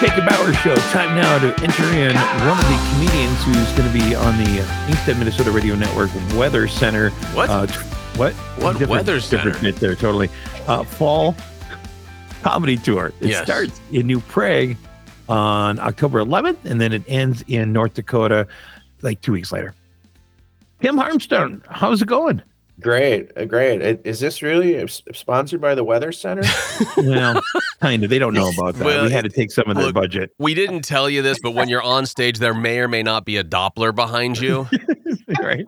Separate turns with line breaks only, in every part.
Jacob Bauer Show. Time now to enter in one of the comedians who's going to be on the Inkstead, Minnesota Radio Network Weather Center.
What?
Uh, tw- what?
What Weather Center?
Different bit there, totally. Uh, fall comedy tour. It
Yes.
starts in New Prague on October 11th, and then it ends in North Dakota like two weeks later. Tim Harmstone, how's it going?
Great, uh, great. I- Is this really uh, s- sponsored by the Weather Center?
Well, kind of. They don't know about that.
Well,
we had to take some of their
look,
budget.
We didn't tell you this, but when you're on stage, there may or may not be a Doppler behind you.
right?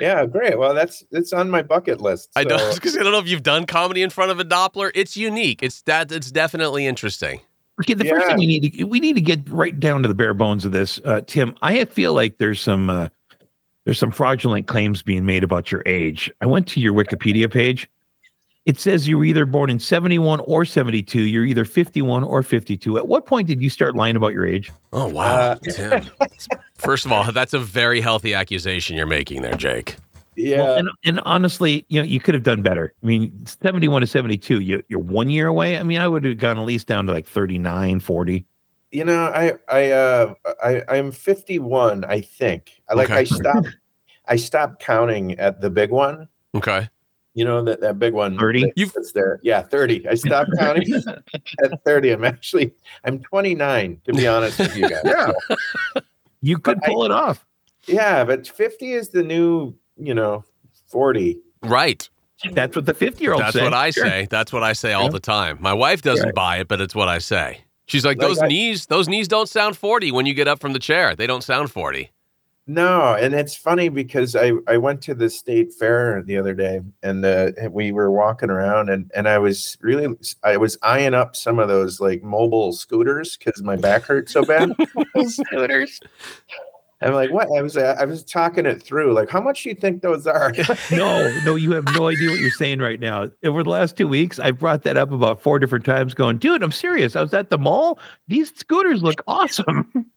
yeah, great. Well, that's it's on my bucket list.
I
so-
don't because I don't know if you've done comedy in front of a Doppler. It's unique. It's that. It's definitely interesting.
Okay, the first
Yeah.
thing we need to we need to get right down to the bare bones of this, uh, Tim. I feel like there's some uh, there's some fraudulent claims being made about your age. I went to your Wikipedia page. It says you were either born in 71 or 72. You're either 51 or 52. At what point did you start lying about your age?
Oh wow,
Uh,
Tim. First of all, that's a very healthy accusation you're making there, Jake.
Yeah,
Well, and, and honestly, you know, you could have done better. I mean, 71 to 72, you, you're one year away. I mean, I would have gone at least down to like 39, 40.
you know, I I uh I I'm 51, I think. I like
Okay.
I stopped I stopped counting at the big one.
Okay.
You know that that big one
30?
that-
You've-
that's there. Yeah, 30. I stopped counting at 30. I'm actually I'm 29 to be honest with you guys. yeah.
You could
But I-
pull it off.
Yeah, but 50 is the new, you know, 40.
Right.
That's what the 50 year old
That's
said.
what I
Sure.
say. That's what I say all
Yeah.
the time. My wife doesn't
Right.
buy it, but it's what I say. She's like,
Like
those
I-
knees, those knees don't sound 40 when you get up from the chair. They don't sound 40.
No, and it's funny because I I went to the state fair the other day, and uh, we were walking around, and and I was really I was eyeing up some of those like mobile scooters because my back hurt so bad. scooters. I'm like, what? I was uh, I was talking it through, like, how much do you think those are?
No, no, you have no idea what you're saying right now. Over the last two weeks, I brought that up about four different times, going, dude, I'm serious. I was at the mall. These scooters look awesome.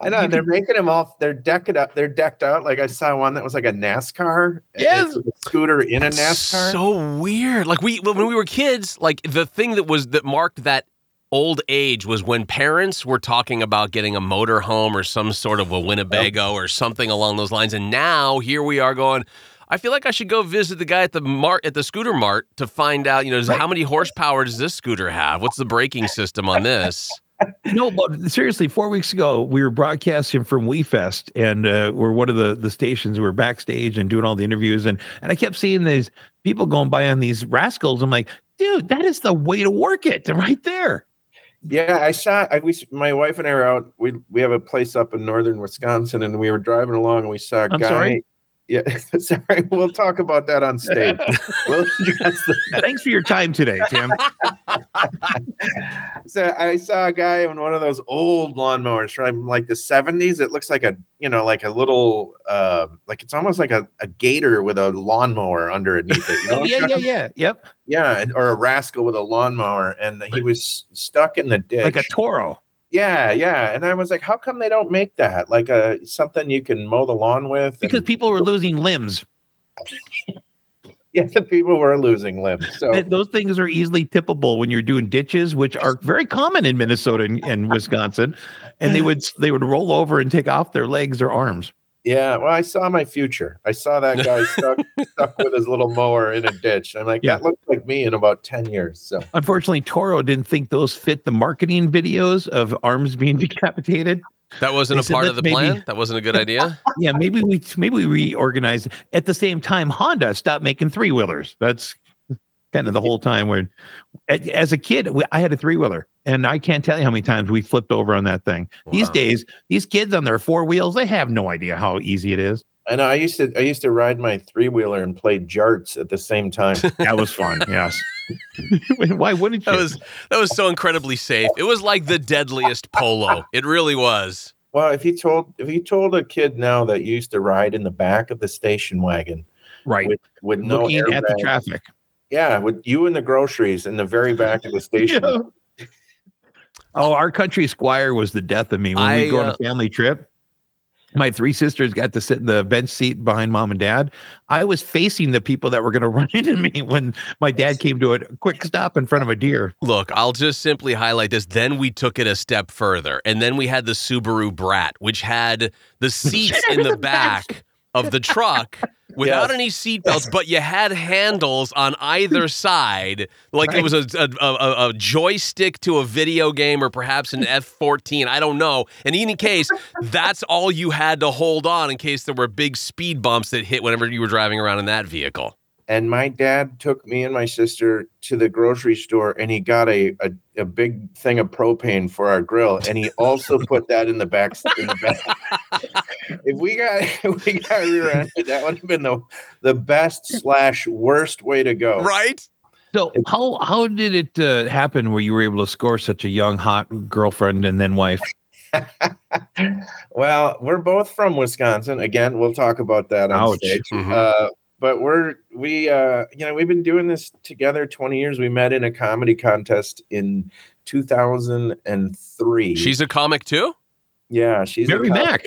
I know and they're making them all. They're decked up. They're decked out. Like I saw one that was like a NASCAR.
Yes.
It's a scooter in a
That's
NASCAR.
So weird. Like we when we were kids, like the thing that was that marked that old age was when parents were talking about getting a motor home or some sort of a Winnebago or something along those lines. And now here we are going. I feel like I should go visit the guy at the mart at the scooter mart to find out, you know, how many horsepower does this scooter have? What's the braking system on this?
No, but seriously, four weeks ago, we were broadcasting from WeFest, and uh, we're one of the, the stations. We were backstage and doing all the interviews, and and I kept seeing these people going by on these rascals. I'm like, dude, that is the way to work it right there.
Yeah, I saw. I, we, my wife and I were out. We we have a place up in northern Wisconsin, and we were driving along, and we saw a
I'm
guy.
sorry?
Yeah, sorry. We'll talk about that on stage. we'll address the,
Thanks for your time today, Tim.
so I saw a guy on one of those old lawnmowers from like the seventies. It looks like a you know like a little uh, like it's almost like a, a gator with a lawnmower underneath it. You know
Oh, yeah, yeah, yeah. Yep.
yeah, and- or a rascal with a lawnmower, and he was stuck in the ditch.
Like a Toro.
Yeah, yeah. And I was like, how come they don't make that? Like a something you can mow the lawn with?
Because
and-
people were losing limbs.
yeah, the people were losing limbs. So
Th- those things are easily tippable when you're doing ditches, which are very common in Minnesota and, and Wisconsin. And they would they would roll over and take off their legs or arms.
yeah, well, I saw my future. I saw that guy stuck stuck with his little mower in a ditch. I'm like,
Yeah.
that looks like me in about 10 years. So
Unfortunately, Toro didn't think those fit the marketing videos of arms being decapitated.
That wasn't
They
a
said
part of
let's maybe-
the plan. That wasn't a good idea.
Yeah, maybe we maybe we reorganized. At the same time, Honda stopped making three wheelers. That's kind of the whole time where, a- as a kid, we- I had a three wheeler, and I can't tell you how many times we flipped over on that thing. These
Wow.
days, these kids on their four wheels, they have no idea how easy it is.
and I used to I used to ride my three wheeler and play jarts at the same time.
That was fun. yes. Why wouldn't you?
That was that was so incredibly safe. It was like the deadliest polo. It really was.
well, if you told if you told a kid now that you used to ride in the back of the station wagon
right.
with, with no
Looking at the
airbag-
traffic.
yeah, with you and the groceries in the very back of the station.
Yeah. Oh, our country squire was the death of me when
I,
we go on
uh,
a family trip. My three sisters got to sit in the bench seat behind mom and dad. I was facing the people that were going to run into me when my dad came to a quick stop in front of a deer.
Look, I'll just simply highlight this. Then we took it a step further, and then we had the Subaru Brat, which had the seats in the back of the truck without
Yes.
any seatbelts, but you had handles on either side, like it was a, a, a, a joystick to a video game or perhaps an F14. I don't know. And in any case, that's all you had to hold on in case there were big speed bumps that hit whenever you were driving around in that vehicle.
and my dad took me and my sister to the grocery store and he got a, a, a big thing of propane for our grill and he also put that in the back in the back. if we got if we got rear-ended that would have been the, the best slash worst way to go
Right?
So how how did it uh, happen where you were able to score such a young hot girlfriend and then wife?
well we're both from wisconsin again we'll talk about that on
Ouch.
stage
Mhm.
Uh, but we're we uh you know we've been doing this together 20 years we met in a comedy contest in 2003
She's a comic too?
yeah she's a
Mary
com-
Mack.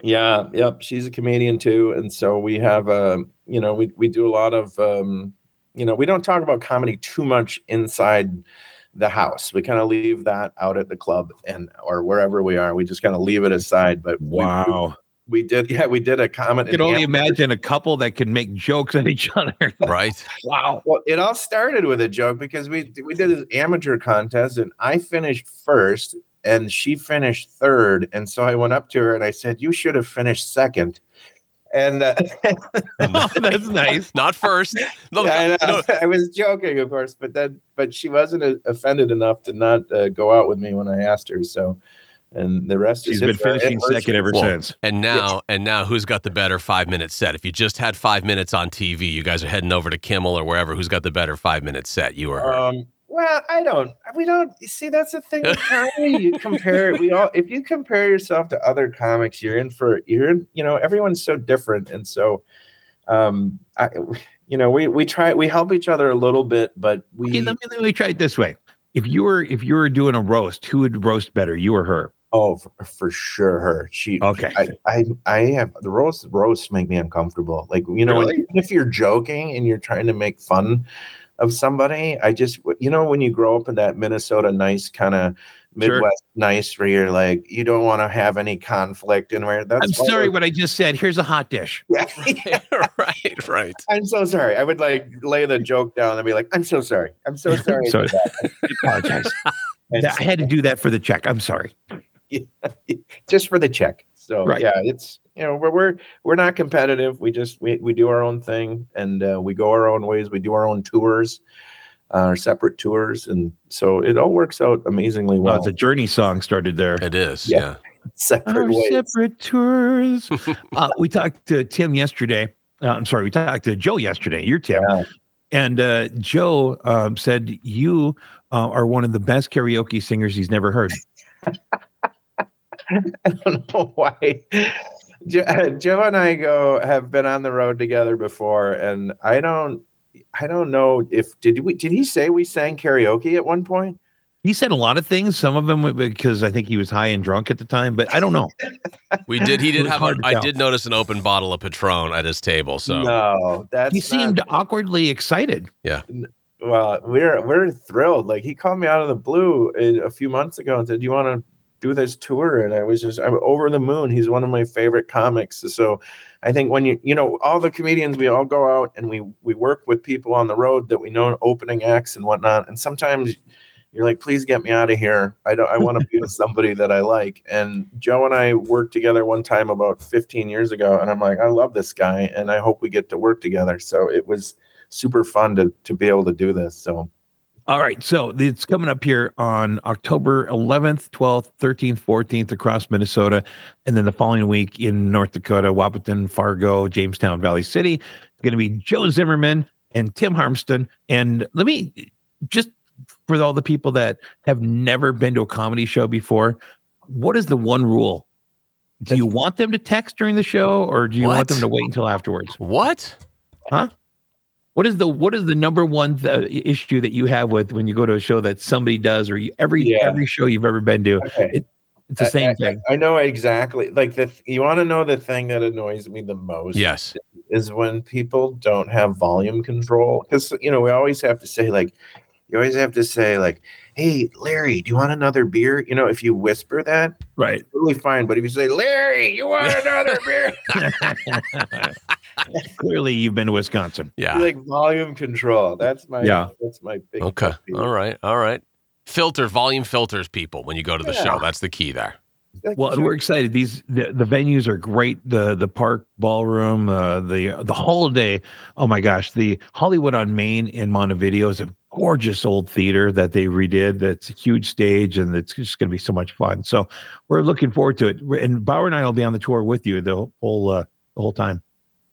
yeah yep she's a comedian too and so we have uh you know we, we do a lot of um you know we don't talk about comedy too much inside the house we kind of leave that out at the club and or wherever we are we just kind of leave it aside but we-
Wow.
we, did yeah we did a comment
I can only imagine a couple that can make jokes at each other.
Right.
wow.
Well, it all started with a joke because we we did this amateur contest and I finished first and she finished third. And so I went up to her and I said, "You should have finished second. And uh,
Oh, that's nice.
Not first. No, no,
I, know, I was joking, of course, but then but she wasn't uh, offended enough to not uh, go out with me when I asked her. So, and the rest
She's
is
been
history. I
finishing
haven't heard
second
from-
ever
Well,
since.
And now, and now, who's got the better five minute set? If you just had five minutes on TV, you guys are heading over to Kimmel or wherever. Who's got the better five minute set? You or her?
Um, well, I don't. We don't you see. That's the thing. with comedy. You compare. We all. If you compare yourself to other comics, you're in for. You're in. You know, everyone's so different, and so, um, I, you know, we we try. We help each other a little bit, but
Okay,
we.
let me let me try it this way. If you were if you were doing a roast, who would roast better, you or her?
Oh, for, for sure, her. She.
Okay.
I, I I have the roast roasts make me uncomfortable. Like you know, when-
Really?
even if you're joking and you're trying to make fun of somebody, I just you know when you grow up in that Minnesota nice kind of
Sure.
Midwest nice where you're like you don't want to have any conflict and where that's
I'm
why-
sorry what I just said. Here's a hot dish.
Yeah.
right, right.
I'm so sorry. I would like lay the joke down and be like, I'm so sorry. I'm so sorry.
Sorry. I apologize.
And
I had to do that for the check. I'm sorry.
just for the check. So
Right.
yeah, it's you know we're we're we're not competitive. We just we we do our own thing and uh, we go our own ways. We do our own tours, uh, our separate tours, and so it all works out amazingly
Well,
well.
it's a journey song started there.
It is.
Yeah.
Yeah.
separate
Our
ways.
Oh, separate tours. uh, we talked to Tim yesterday. Uh, I'm sorry, we talked to Joe yesterday. Your Tim.
Yeah.
And uh, Joe um, said you uh, are one of the best karaoke singers he's never heard.
I don't know why. Jo- uh, Joe and I go have been on the road together before, and I don't. I don't know if did we did he say we sang karaoke at one point?
He said a lot of things. Some of them were because I think he was high and drunk at the time, but I don't know.
We did. He
It
did
was
have. A,
hard to
I
tell.
did notice an open bottle of Patron at his table. So
no, that's
he
not-
seemed awkwardly excited.
well we're we're thrilled like he called me out of the blue uh, a few months ago and said do you want to do this tour and i was just i'm over the moon he's one of my favorite comics so i think when you you know all the comedians we all go out and we we work with people on the road that we know opening acts and whatnot and sometimes you're like please get me out of here i don't i want to be with somebody that i like and joe and i worked together one time about 15 years ago and i'm like i love this guy and i hope we get to work together so it was super fun to to be able to do this. So
All right. So it's coming up here on October 11th, 12th, 13th, 14th across Minnesota. And then the following week in North Dakota, Wapaton, Fargo, Jamestown, Valley City. It's going to be Joe Zimmerman and Tim Harmston. And let me just for all the people that have never been to a comedy show before, what is the one rule? Do you want them to text during the show or do you
What?
want them to wait until afterwards?
what?
What is the what is the number one th- issue that you have with when you go to a show that somebody does or you, every
Yeah.
every show you've ever been to?
okay.
It's the same
I, I-
thing.
I know exactly. Like the you want to know the thing that annoys me the most.
Yes.
is when people don't have volume control because you know we always have to say like you always have to say like hey larry do you want another beer you know if you whisper that
Right.
totally fine but if you say larry you want another beer
Clearly, you've been to Wisconsin.
Yeah.
like volume control that's my
Yeah.
that's my big
Okay.
pet peeve.
All right. All right. Filter volume filters people when you go to the
Yeah.
show. That's the key there.
Like,
Well, and we're excited. These the, the venues are great. The the park ballroom, uh, the the holiday. Oh my gosh, the Hollywood on Main in Montevideo is a gorgeous old theater that they redid. That's a huge stage, and it's just going to be so much fun. So we're looking forward to it. We're- And Bauer and I will be on the tour with you the whole uh, the whole time.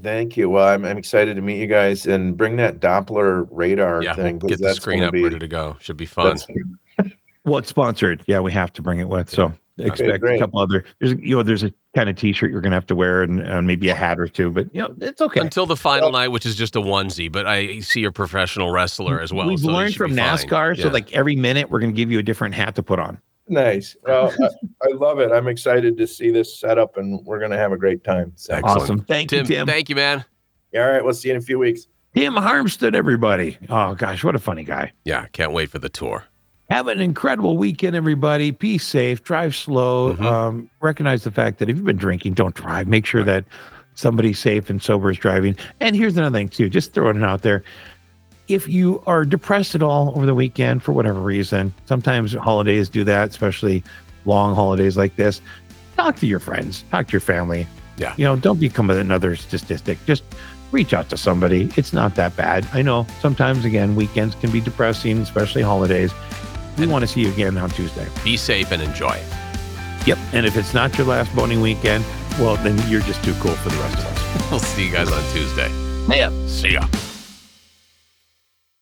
thank you well I'm, I'm excited to meet you guys and bring that doppler radar
Yeah,
thing 'cause
Get the
that's
screen
gonna
up
be-
ready to go. Should be fun.
that's-
Well, it's sponsored. Yeah, we have to bring it with. So expect a
great.
couple other. There's you know there's a kind of t-shirt you're going to have to wear and, and maybe a hat or two. But you know it's okay.
Until the final
Well-
night, which is just a onesie, but I see you're a professional wrestler as well.
We've
so you
learned
should be
from
fine.
NASCAR, so
Yeah.
like every minute we're going to give you a different hat to put on.
nice well I, I love it i'm excited to see this set up and we're gonna have a great time so
Excellent.
Awesome, thank
Tim,
you, Tim.
thank you, man.
all right we'll see you in a few weeks
Tim Harmstead, everybody. Oh gosh, what a funny guy.
Yeah, can't wait for the tour.
Have an incredible weekend, everybody. Be safe, drive slow.
Mhm.
Um, recognize the fact that if you've been drinking, don't drive. Make sure that somebody safe and sober is driving. And here's another thing too, just throwing it out there. If you are depressed at all over the weekend for whatever reason, sometimes holidays do that, especially long holidays like this. Talk to your friends, talk to your family.
Yeah.
You know, don't become another statistic. Just reach out to somebody. It's not that bad. I know sometimes, again, weekends can be depressing, especially holidays. We want to see you again on Tuesday.
Be safe and enjoy it.
Yep. And if it's not your last boning weekend, well, then you're just too cool for the rest of us.
We'll see you guys on Tuesday.
Yeah.
See ya.